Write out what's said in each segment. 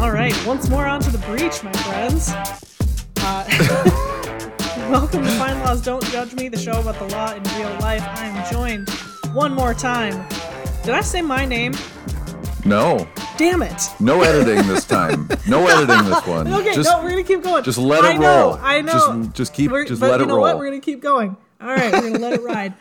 Uh, Welcome to Fine Laws Don't Judge Me, the show about the law in real life. I am joined one more time. Did I say my name? No, Damn it. no editing this time. No editing this one. Okay, just, no, we're gonna keep going. just let it I know, roll. I know. Just- just keep- We're, just but let you it know What? roll. We're gonna keep going. All right, we're gonna let it ride.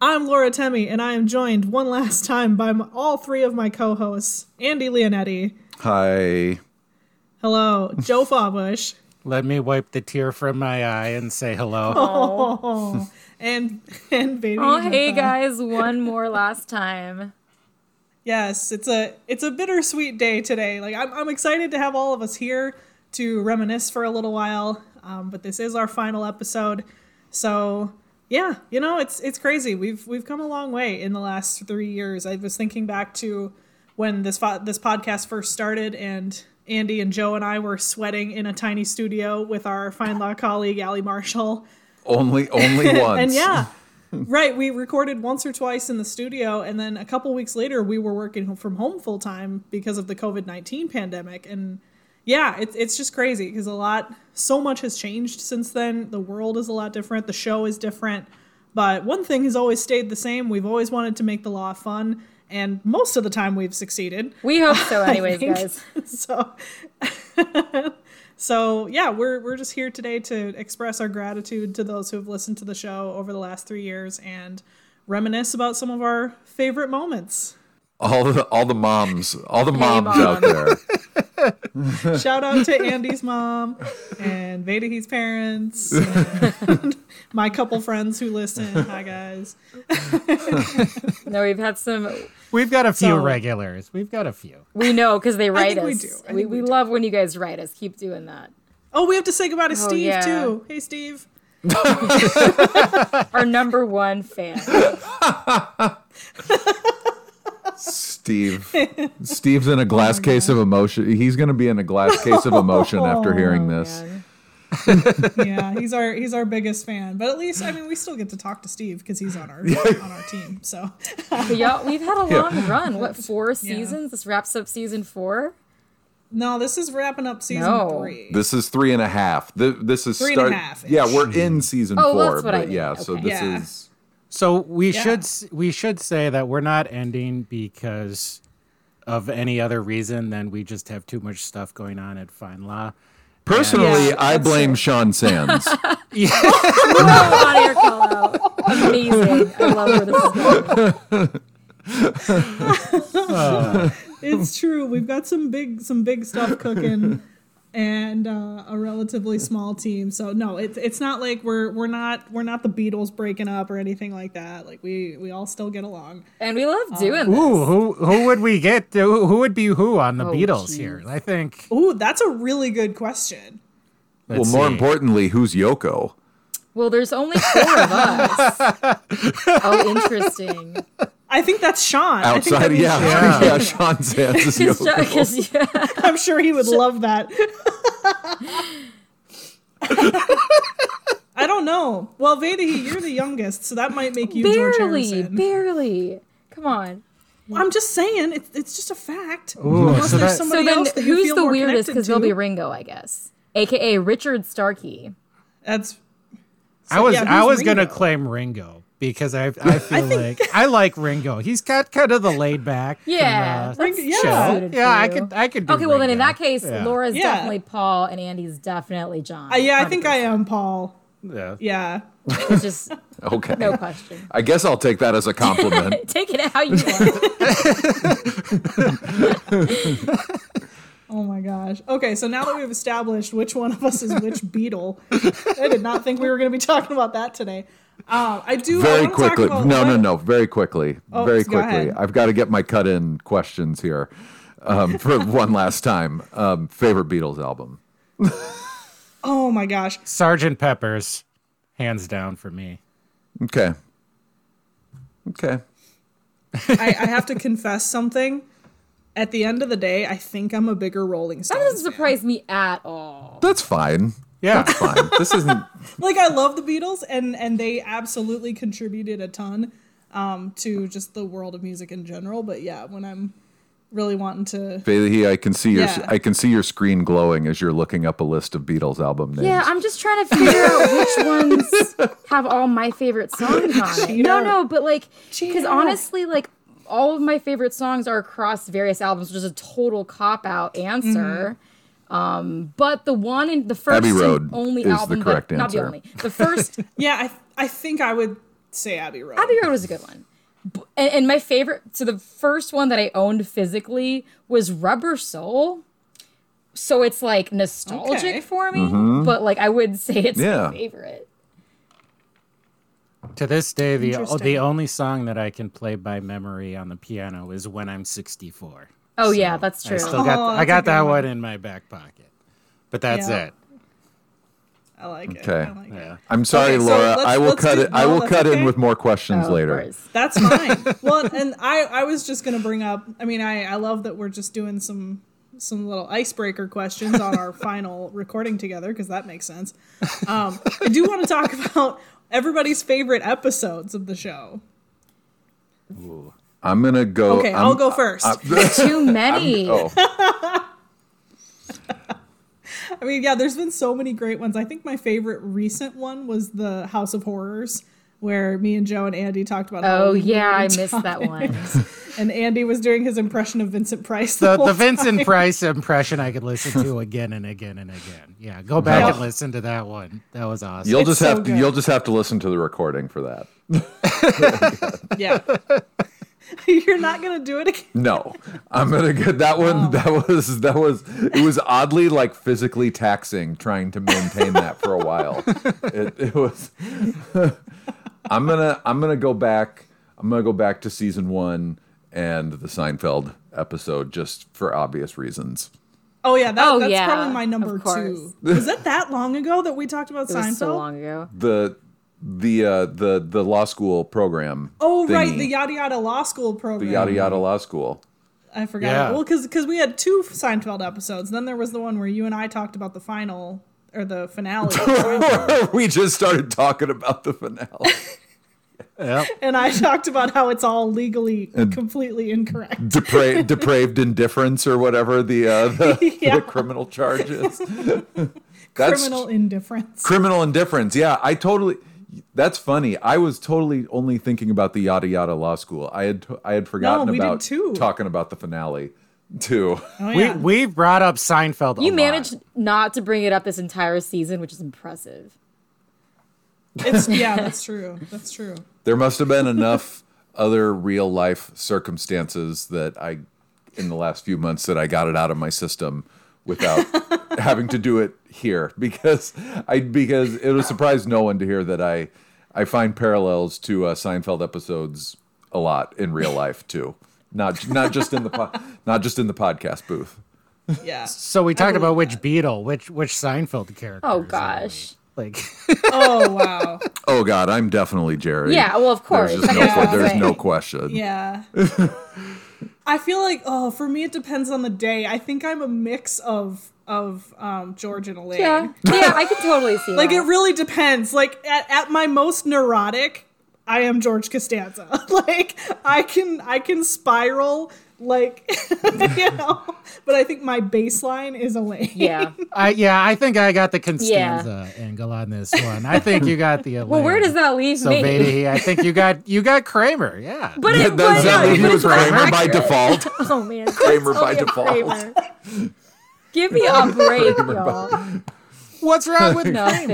I'm Laura Temmie, and I am joined one last time by my, all three of my co-hosts: Andy Leonetti, hi. hello, Joe Fawbush, Let me wipe the tear from my eye and say hello. oh, and and baby. Oh, hey Jennifer. guys, one more last time. Yes, it's a it's a bittersweet day today. Like I'm, I'm excited to have all of us here to reminisce for a little while. Um, but this is our final episode, so yeah, you know it's it's crazy. We've we've come a long way in the last three years. I was thinking back to when this fo- this podcast first started, and Andy and Joe and I were sweating in a tiny studio with our fine law colleague Allie Marshall. Only, only once. And yeah, right. We recorded once or twice in the studio, and then a couple weeks later, we were working from home full time because of the COVID nineteen pandemic. And yeah, it's it's just crazy because a lot, so much has changed since then. The world is a lot different. The show is different. But one thing has always stayed the same. We've always wanted to make the law fun, and most of the time we've succeeded We hope so, I anyways, think. guys. so so yeah we're we're just here today to express our gratitude to those who have listened to the show over the last three years and reminisce about some of our favorite moments All the, all the moms, all the moms Mom. out there. shout out to andy's mom and vadahi's parents and my couple friends who listen hi guys No, we've had some. We've got a few So- regulars. We've got a few. We know because they write think we us. do. I think We, we we love when you guys write us. Keep doing that. oh we have to say goodbye to steve yeah. too hey steve Our number one fan. Steve. Steve's in a glass Oh, case of emotion. He's going to be in a glass case of emotion Oh, after hearing this. yeah he's our he's our biggest fan but at least i mean we still get to talk to steve because he's on our on our team so But y'all, we've had a Yeah. long run. What four seasons? This wraps up season four. No, this is wrapping up season No. three. This is three and a half. Th- This is Three and a start. half-ish. yeah, we're in season Oh, four. well, that's what but I mean. yeah, so Okay. this Yeah. is. So we Yeah. should s- we should say that we're not ending because of any other reason than we just have too much stuff going on at Fine Law. Personally, Yeah, I that's blame Sean Sands. Oh, on air call out. Amazing. I love where this is going. It's true. We've got some big some big stuff cooking and uh, a relatively small team. So no, it's it's not like we're we're not we're not the Beatles breaking up or anything like that. Like we we all still get along. And we love doing this. Ooh, who who would we get? Who who would be who on the Oh, Beatles geez. here? I think. Ooh, that's a really good question. well, more see. importantly, who's Yoko? Well, there's only four of us. oh, interesting. I think that's Sean. I think that Outside, means yeah, Sean. yeah, Yeah. Sean Sands is Because Yoko. yeah. I'm sure he would love that. I don't know. Well, Vadahi, you're the youngest, so that might make you George barely, Harrison. barely. Come on. I'm just saying, it's, it's just a fact. Ooh, Unless so there's that- somebody So then, else that you who's feel the more weirdest? connected Because they'll to. be Ringo, I guess, aka Richard Starkey. That's I was yeah, I who's was gonna Ringo? claim Ringo because I I feel like I like Ringo. He's got kind of the laid back. from, Yeah, uh, that's Ringo- yeah. chill. suited Yeah, for I you. could I could. Do Okay, well then in Ringo. that case, Yeah. Laura's Yeah. definitely Paul and Andy's definitely John. uh, yeah. I think I am Paul. Yeah. Yeah, It's just Okay. no question. I guess I'll take that as a compliment. Take it how you want. Oh my gosh. Okay, so now that we've established which one of us is which beetle, I did not think we were going to be talking about that today. Um, I do I very wanna talk quickly. about No, no, what- no. Very quickly. Oh, very so go quickly. ahead. I've got to get my cut in questions here um, for one last time. Um, favorite Beatles album? Oh my gosh. Sergeant Pepper's, hands down for me. Okay. Okay. I, I have to confess something. At the end of the day, I think I'm a bigger Rolling That Stones. doesn't surprise me at all. That's fine. Yeah, Fine. This isn't. Like I love the Beatles, and and they absolutely contributed a ton um, to just the world of music in general. But yeah, when I'm really wanting to. Bailey, I can see your Yeah. I can see your screen glowing as you're looking up a list of Beatles album names. Yeah, I'm just trying to figure out which ones have all my favorite songs on it. No, Cheater. no, but like, because Cheater. honestly, like, all of my favorite songs are across various albums, which is a total cop out answer. Um, but the one in the first Abbey and Road only is the album, correct but not the answer. only, the first Yeah, I, th- I think I would say Abbey Road. Abbey Road was a good one. B- And, and my favorite, so the first one that I owned physically was Rubber Soul. So it's like nostalgic Okay. for me, but like I would say it's Mm-hmm. Yeah. my favorite. To this day, the o- Interesting. the only song that I can play by memory on the piano is "When I'm 64." Oh yeah, that's true. I still got Oh, I that's a got good that one. one in my back pocket, but that's Yeah. it. I like it. Okay. I like Yeah. it. I'm sorry, Okay, so Laura. let's- I will let's cut do- it. I no, will that's cut in okay. with more questions Oh, of later. course. That's fine. well, and I, I was just gonna bring up. I mean, I, I love that we're just doing some some little icebreaker questions on our final recording together because that makes sense. Um, I do want to talk about everybody's favorite episodes of the show. I'm gonna go. Okay, I'm, I'll go first. i Too many. oh, mean, yeah, there's been so many great ones. I think my favorite recent one was the House of Horrors, where me and Joe and Andy talked about. Oh Halloween yeah, I related missed that one. topics, And Andy was doing his impression of Vincent Price. The, whole the Vincent Price impression I could listen to again and again and again. Yeah, go back Yeah. and listen to that one. That was awesome. you'll It's just so have to. good. You'll just have to listen to the recording for that. Yeah. You're not going to do it again. No, I'm gonna get that Oh. one. That was that was. It was oddly like physically taxing trying to maintain that for a while. It, it was. I'm gonna I'm gonna go back. I'm gonna go back to season one and the Seinfeld episode just for obvious reasons. Oh, yeah. That, Oh, that's yeah, probably my number of course. two. Was that that long ago that we talked about It Seinfeld? was so long ago. The the uh, the the law school program. Oh, right. thingy. The yada yada law school the program. yada yada law school. I forgot. Yeah. Well, because we had two Seinfeld episodes. Then there was the one where you and I talked about the final or the finale. we just started talking about the finale. Yep. and I talked about how it's all legally Uh, completely incorrect. Depra- depraved indifference or whatever the uh, the, Yeah. the criminal charge is. That's Criminal indifference. criminal indifference. Yeah, I totally. That's funny. I was totally only thinking about the yada yada law school. I had I had forgotten we did about too. talking about the finale too. Oh, We yeah. we brought up Seinfeld. a You lot. managed not to bring it up this entire season, which is impressive. it's, yeah, that's true. That's true. There must have been enough other real life circumstances that I, in the last few months, that I got it out of my system without having to do it here because I because it was surprised no one to hear that I I find parallels to uh, Seinfeld episodes a lot in real life too. Not not just in the po- not just in the podcast booth. Oh, Yeah. So we talked about which Beatle, which which Seinfeld character. Oh gosh. Like Oh, wow. Oh God, I'm definitely Jerry. Yeah, well, of course. There's, just no, Yeah. que- there's no Right. question. Yeah. I feel like oh, for me it depends on the day. I think I'm a mix of of um, George and Elaine. Yeah, yeah, I could totally see. Like that. it really depends. Like at, at my most neurotic, I am George Costanza. like I can I can spiral like you know, but I think my baseline is Elaine. yeah. I yeah, I think I got the Constanza angle on this one. I think you got the Well, where does that leave so me? Beatty, I think you got you got Kramer, yeah. But it Does was that no, leave you but with it's not Kramer by accurate. default? Oh man, Kramer by Totally a default. Kramer. Give me a break, y'all. What's wrong with Nothing.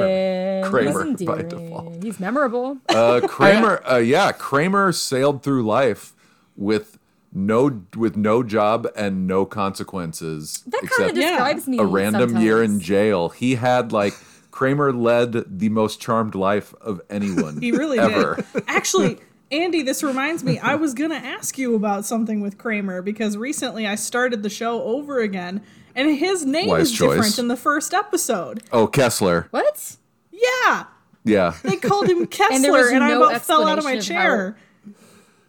Kramer He's by endearing. default. He's memorable. Uh, Kramer, uh, yeah, Kramer sailed through life with no with no job and no consequences. That kind except of describes me. a random year in sometimes. jail. He had like Kramer led the most charmed life of anyone. He really ever. did. Actually, Andy, this reminds me, I was going to ask you about something with Kramer because recently I started the show over again and his name Wise is choice. different in the first episode. Oh, Kessler. What? Yeah. Yeah. They called him Kessler was and, I no about fell out of my explanation of how- chair.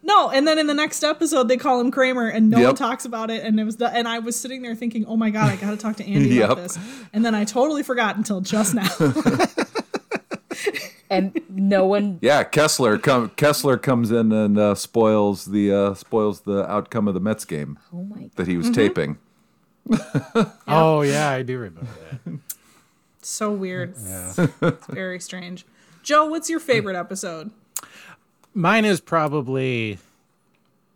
No, and then in the next episode they call him Kramer and no Yep. one talks about it and it was the, and I was sitting there thinking, "Oh my god, I got to talk to Andy Yep. about this." And then I totally forgot until just now. and no one Yeah, Kessler come Kessler comes in and uh, spoils the uh, spoils the outcome of the Mets game Oh my god. that he was taping. Oh yeah, I do remember that. So weird. It's very strange. Joe, what's your favorite episode? Mine is probably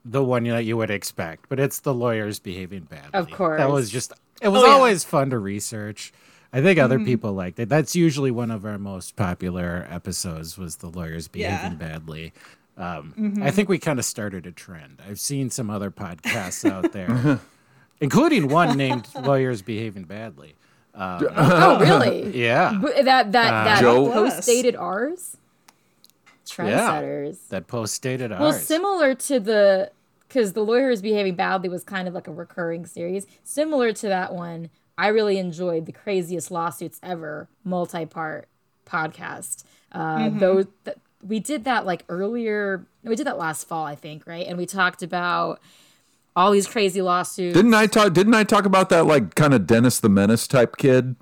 the one that you would expect, but it's the lawyers behaving badly. Of course. that was just it was Oh, yeah. always fun to research. I think other people liked it. That's usually one of our most popular episodes was the lawyers behaving Yeah. badly. Um, I think we kind of started a trend. I've seen some other podcasts out there, including one named "Lawyers Behaving Badly." Oh really? Yeah, Bu- that that that Uh, Joe- post dated ours. Trendsetters. that post stated ours. Well, similar to the because the lawyer is behaving badly was kind of like a recurring series. Similar to that one, I really enjoyed the craziest lawsuits ever multi-part podcast. Uh, Those th- we did that like earlier. no, We did that last fall, I think, right? And we talked about all these crazy lawsuits. Didn't I talk didn't I talk about that like kind of Dennis the Menace type kid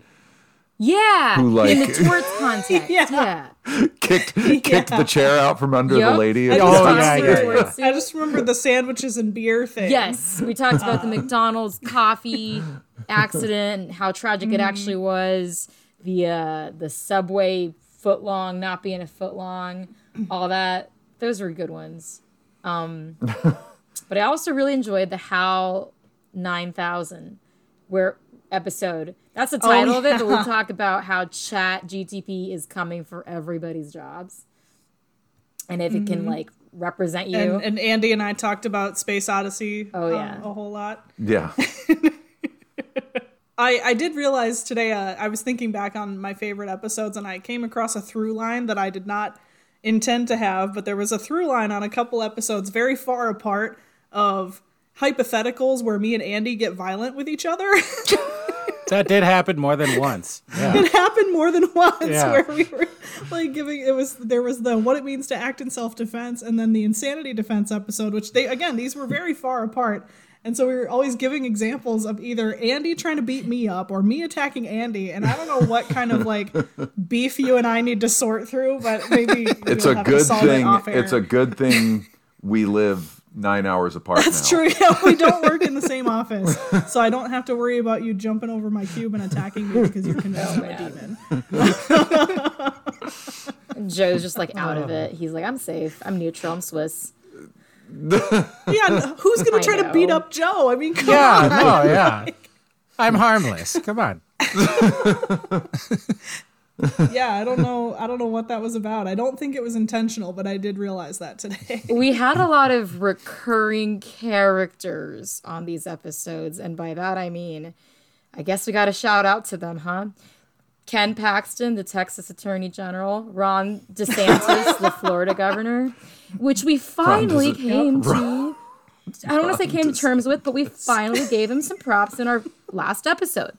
yeah, Who, in the like- torts context. Yeah. yeah. kicked kicked the chair out from under the Yep. lady? I Oh, just yeah, remember- yeah, yeah. I just remember the sandwiches and beer thing. Yes, we talked about the McDonald's coffee accident, and how tragic Mm-hmm. it actually was. The uh, the subway footlong not being a footlong, all that. Those were good ones. Um, but I also really enjoyed the How Nine Thousand, where episode. That's the Oh, title of it. But we talk about how Chat GTP is coming for everybody's jobs, and if it can like represent you. Mm-hmm. And, and Andy and I talked about Space Odyssey Oh, um, yeah. a whole lot. yeah. I, I did realize today uh, I was thinking back on my favorite episodes and I came across a through line that I did not intend to have, but there was a through line on a couple episodes very far apart of hypotheticals where me and Andy get violent with each other. that did happen more than once. Yeah. it happened more than once Yeah. where we were like giving it was there was the what it means to act in self-defense and then the insanity defense episode which they again these were very far apart and so we were always giving examples of either andy trying to beat me up or me attacking andy and i don't know what kind of like beef you and i need to sort through but maybe It's we'll a have to good solve it thing off air. it's a good thing we live 9 hours apart That's now. true. Yeah, we don't work in the same office, so I don't have to worry about you jumping over my cube and attacking me because you're convinced I'm a man. demon. Joe's just like out of it. He's like, I'm safe. I'm neutral. I'm Swiss. Yeah, n- who's gonna I try to beat know. up Joe? I mean, come Yeah, on. no, yeah. I'm harmless. Come on. Yeah, I don't know. I don't know what that was about. I don't think it was intentional, but I did realize that today. We had a lot of recurring characters on these episodes, and by that I mean, I guess we got a shout out to them, huh? Ken Paxton, the Texas Attorney General, Ron DeSantis, the Florida Governor, which we finally DeSantis. came to. I don't want to say came to terms with, but we finally gave him some props in our last episode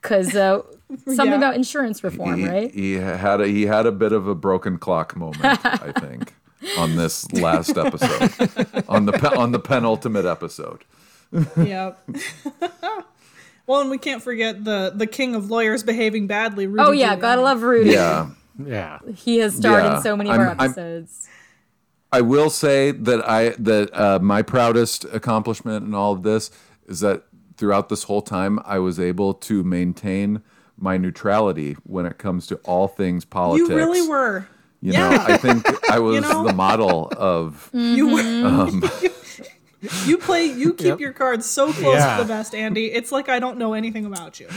because uh, something Yeah. about insurance reform, He, right? he had a he had a bit of a broken clock moment, I think, on this last episode. on the pe- on the penultimate episode. yep. well, and we can't forget the the king of lawyers behaving badly. Rudy Oh yeah, Giuliani. gotta love Rudy. Yeah. Yeah. He has starred Yeah, in so many I'm- more I'm- episodes. I will say that I that uh, my proudest accomplishment in all of this is that throughout this whole time I was able to maintain my neutrality when it comes to all things You politics. really were. You yeah. know, I think I was know? Mm. the model of You were. Mm-hmm. Um, you play. You keep your cards so close Yeah. to the vest, Andy. It's like I don't know anything about you.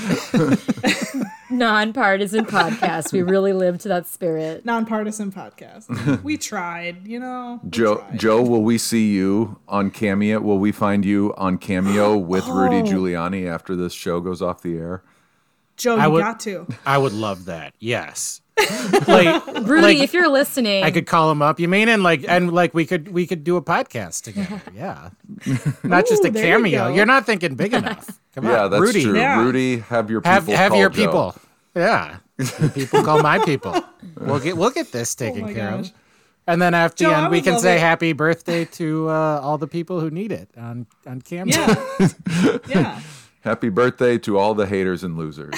Nonpartisan podcast. We really lived to that spirit. Nonpartisan podcast. We tried. You know. we Joe. tried. Joe, will we see you on Cameo? Will we find you on Cameo with Rudy Oh. Giuliani after this show goes off the air? Joe, I you would- got to. I would love that. Yes. Like Rudy, like, if you're listening, I could call him up. You mean and like and like we could we could do a podcast together. Yeah. Not just Ooh, a there you cameo. go. You are not thinking big enough. Come Yeah, on. that's Rudy. true. Yeah. Rudy, have your people Have have call your Joe. people. Yeah. Your people call my people. We'll get we'll get this taken Oh my care gosh. of. And then at the Joe, I end, we would can love say it. happy birthday to uh, all the people who need it on on cameo. Yeah. yeah. Happy birthday to all the haters and losers.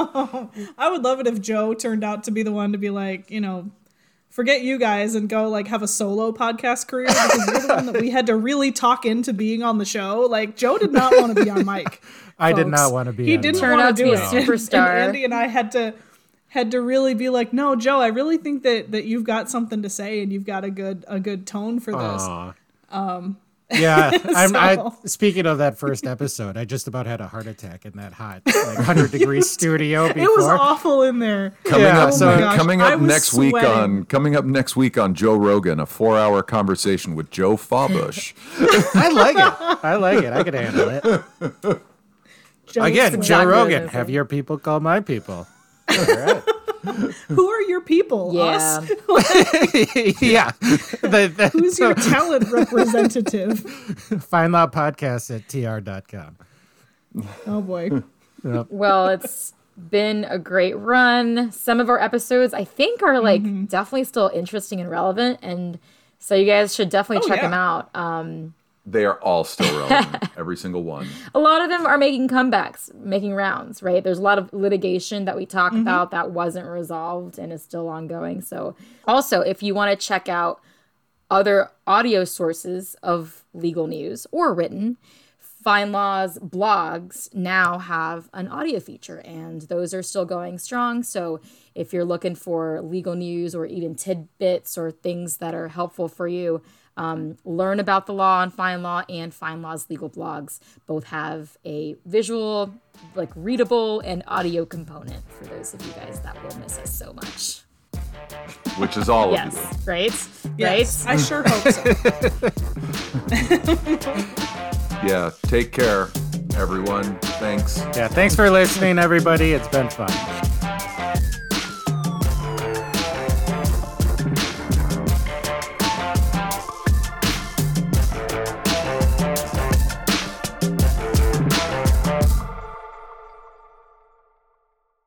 I would love it if Joe turned out to be the one to be like, you know, forget you guys and go like have a solo podcast career because you're the one that we had to really talk into being on the show. Like Joe did not want to be on mic. I did folks. not want to be. He on didn't that. Turned want out to do to be it. a And- superstar. And Andy and I had to had to really be like, no, Joe, I really think that that you've got something to say and you've got a good a good tone for this. Aw. yeah, I'm, I, Um, so- speaking of that first episode, I just about had a heart attack in that hot, like hundred degree studio. Before. It was awful in there. Coming Yeah, up, oh my gosh, coming I up was next week sweating. on coming up next week on Joe Rogan, a four-hour conversation with Joe Fawbush. I like it. I like it. I could handle it. Joe was Again, sweating. Joe exactly what Rogan, it is. have your people call my people. All right. who are your people? Yeah. Us? yeah. The, the, Who's your talent representative? Find Law Podcast at tr.com. Oh boy. Well, it's been a great run. Some of our episodes, I think, are like Mm-hmm. definitely still interesting and relevant, and so you guys should definitely Oh, check them yeah. out. Um, They are all still relevant, every single one. a lot of them are making comebacks, making rounds, right? There's a lot of litigation that we talked about that wasn't resolved and is still ongoing. So, also, if you want to check out other audio sources of legal news or written, Fine Law's blogs now have an audio feature, and those are still going strong. So, if you're looking for legal news or even tidbits or things that are helpful for you, um, learn about the law on Fine Law and Fine Law's legal blogs both have a visual, like readable, and audio component for those of you guys that will miss us so much. Which is all of you. Yes, right? Yes, Right? I sure hope so. Yeah. Take care, everyone. Thanks. Yeah. Thanks for listening, everybody. It's been fun.